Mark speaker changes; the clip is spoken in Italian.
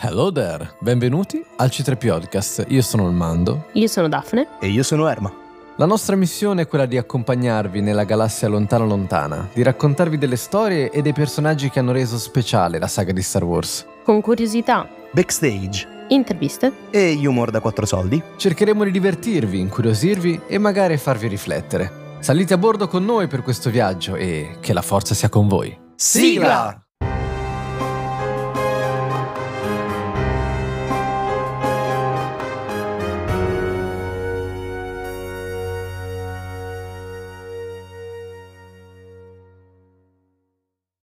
Speaker 1: Hello there, benvenuti al C3 Podcast. Io sono il Mando.
Speaker 2: Io sono Daphne.
Speaker 3: E io sono Erma.
Speaker 1: La nostra missione è quella di accompagnarvi nella galassia lontana lontana, di raccontarvi delle storie e dei personaggi che hanno reso speciale la saga di Star Wars.
Speaker 2: Con curiosità,
Speaker 3: Backstage
Speaker 2: interviste,
Speaker 3: e humor da quattro soldi.
Speaker 1: Cercheremo di divertirvi, incuriosirvi e magari farvi riflettere. Salite a bordo con noi per questo viaggio e che la forza sia con voi.
Speaker 3: Sigla!